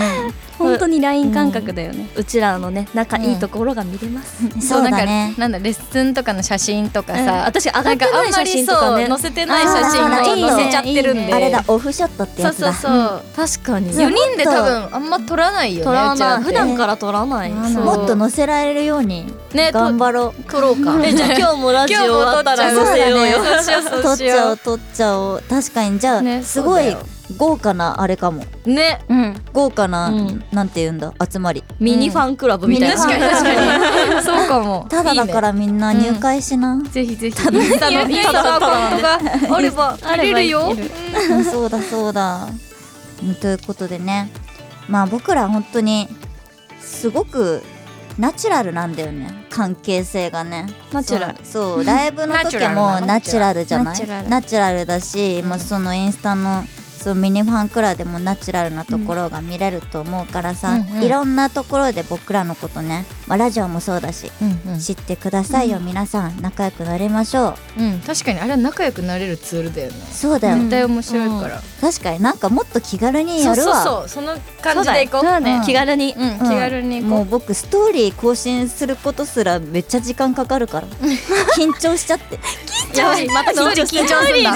Speaker 4: 本当
Speaker 5: に LINE
Speaker 4: 感
Speaker 5: 覚だよね、うちらのね仲いいところが見れます、
Speaker 4: そうなんかなんだレッスンとかの写真とかさ、
Speaker 5: うん私上がってない写真とかね
Speaker 4: なんあんまりそう載せてない写真
Speaker 1: あー
Speaker 4: も載せちゃってるんで
Speaker 1: いいねあれだオフショットってやつだ
Speaker 4: そうそう
Speaker 5: 確かに
Speaker 4: 4人で多分あんま撮らないよね
Speaker 1: 撮らないう
Speaker 4: ちって
Speaker 1: 普段から
Speaker 5: 撮らない
Speaker 4: そう
Speaker 1: もっと載せられるように
Speaker 4: ねと
Speaker 1: 頑張ろう
Speaker 4: 撮ろうか
Speaker 5: えじゃあ今日もラジオ終わったら
Speaker 1: 今日も撮っちゃう
Speaker 5: 載せ
Speaker 1: そ
Speaker 5: ようよ
Speaker 1: うだね
Speaker 5: そ
Speaker 1: 撮
Speaker 5: う
Speaker 1: っ
Speaker 5: し
Speaker 1: ち
Speaker 5: よ
Speaker 1: ゃ
Speaker 5: う
Speaker 1: おう撮っちゃおう確かにじゃあすごい豪華なあれかも
Speaker 4: ね
Speaker 1: 豪華ななんて言うんだ集まり
Speaker 5: ミニファンクラブみたいな、
Speaker 1: ミニファンクラブ
Speaker 4: 確かにそうかも
Speaker 1: ただだからみんな入会しな
Speaker 4: ぜひぜひ
Speaker 1: ただ
Speaker 4: インスタのインスタのアカウントがあれば
Speaker 1: あれば
Speaker 4: 見れるよ
Speaker 1: 見れうんそうだそうだ。うんということでねまあ僕ら本当にすごくナチュラルなんだよね関係性がね
Speaker 5: ナチュラル
Speaker 1: そうそうライブの時もナ
Speaker 5: ナ
Speaker 1: チ
Speaker 5: チ
Speaker 1: ュ
Speaker 5: ュ
Speaker 1: ラ
Speaker 5: ラ
Speaker 1: ル
Speaker 5: ル
Speaker 1: じ
Speaker 5: だ
Speaker 1: ゃ
Speaker 5: な
Speaker 1: ないナ
Speaker 5: ナ
Speaker 1: チ
Speaker 5: チ
Speaker 1: ュ
Speaker 5: ュ
Speaker 1: ラ
Speaker 5: ラ
Speaker 1: ル
Speaker 5: ル
Speaker 1: だし、まあ、そのインスタのそうミニファンクラでもナチュラルなところが見れると思うからさ、
Speaker 5: うんうん
Speaker 1: いろんなところで僕らのことね、まあ、ラジオもそうだし、知ってくださいよ、
Speaker 4: う
Speaker 1: 皆さん仲良くなりましょう
Speaker 4: うん確かにあれは仲良くなれるツールだよね
Speaker 1: そうだよ
Speaker 4: 絶対面白いから、
Speaker 1: 確かになんかもっと気軽にやるわ
Speaker 4: そうそうそうその感じでいこう
Speaker 1: そうだよ
Speaker 4: 気軽
Speaker 5: に、
Speaker 4: うん、気軽に
Speaker 1: もう僕ストーリー更新することすらめっちゃ時間かかるから 緊張しちゃって
Speaker 4: やばいまた緊張緊張するんだ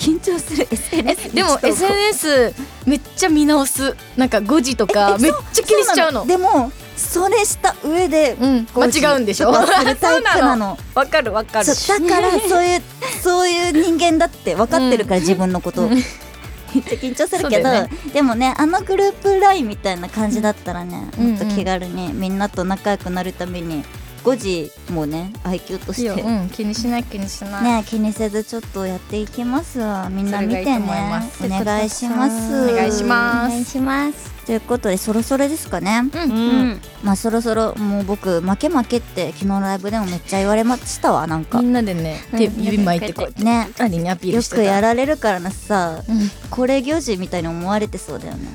Speaker 1: 緊張する SNS
Speaker 4: でも SNS めっちゃ見直すなんか5時とかめっちゃ気にしちゃうの
Speaker 1: でもそれした上で、
Speaker 4: 間違うんでしょ
Speaker 1: とかするタイ プなの
Speaker 4: わかるわかる
Speaker 1: そうだからそういうそういう人間だって分かってるから、自分のことめっちゃ緊張す
Speaker 17: そ
Speaker 1: る
Speaker 17: うだ
Speaker 1: けど、
Speaker 17: よね
Speaker 1: でもねあのグループラインみたいな感じだったらね、
Speaker 17: うん
Speaker 1: もっと気軽にみんなと仲良くなるために5時もね愛嬌として、
Speaker 4: うん、気にしない気にしない
Speaker 1: ね気にせずちょっとやっていきますわみんな見てね
Speaker 4: それがいいと思います
Speaker 1: お願いします
Speaker 4: お願いします
Speaker 1: お願いしますということでそろそろですかねうん
Speaker 4: うん
Speaker 1: まあそろそろもう僕負け負けって昨日のライブでもめっちゃ言われましたわなんか
Speaker 4: みんなでね手指巻いてこうやって
Speaker 1: ね
Speaker 4: アリにアピールしてた
Speaker 1: よくやられるからなさ、これ行事みたいに思われてそうだよね、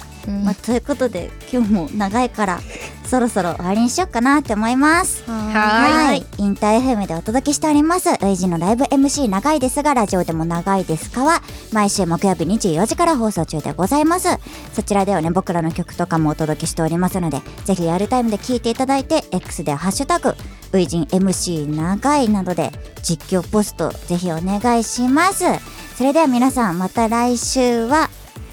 Speaker 1: まあ、ということで今日も長いからそろそろ終わりにしようかなって思います
Speaker 17: はーい
Speaker 1: インター FM でお届けしております「ウイジのライブ MC 長いですがラジオでも長いですか」は毎週木曜日24時から放送中でございますそちらではね僕らの曲とかもお届けしておりますのでぜひリアルタイムで聴いていただいて X で「ハッシュタグウイジン MC 長い」などで実況ポストぜひお願いしますそれでは皆さんまた来週は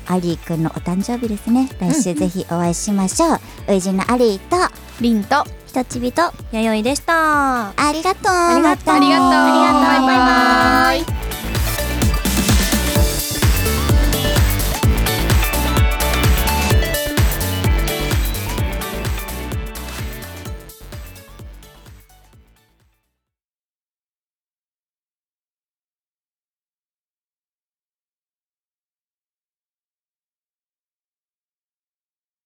Speaker 1: アリーくんのお誕生日ですね来週ぜひお会いしましょう、ウイジンのアリーとリンとひとちびとやよいでしたありがとう
Speaker 17: ありがとう
Speaker 1: また
Speaker 17: ありがとうバイバイ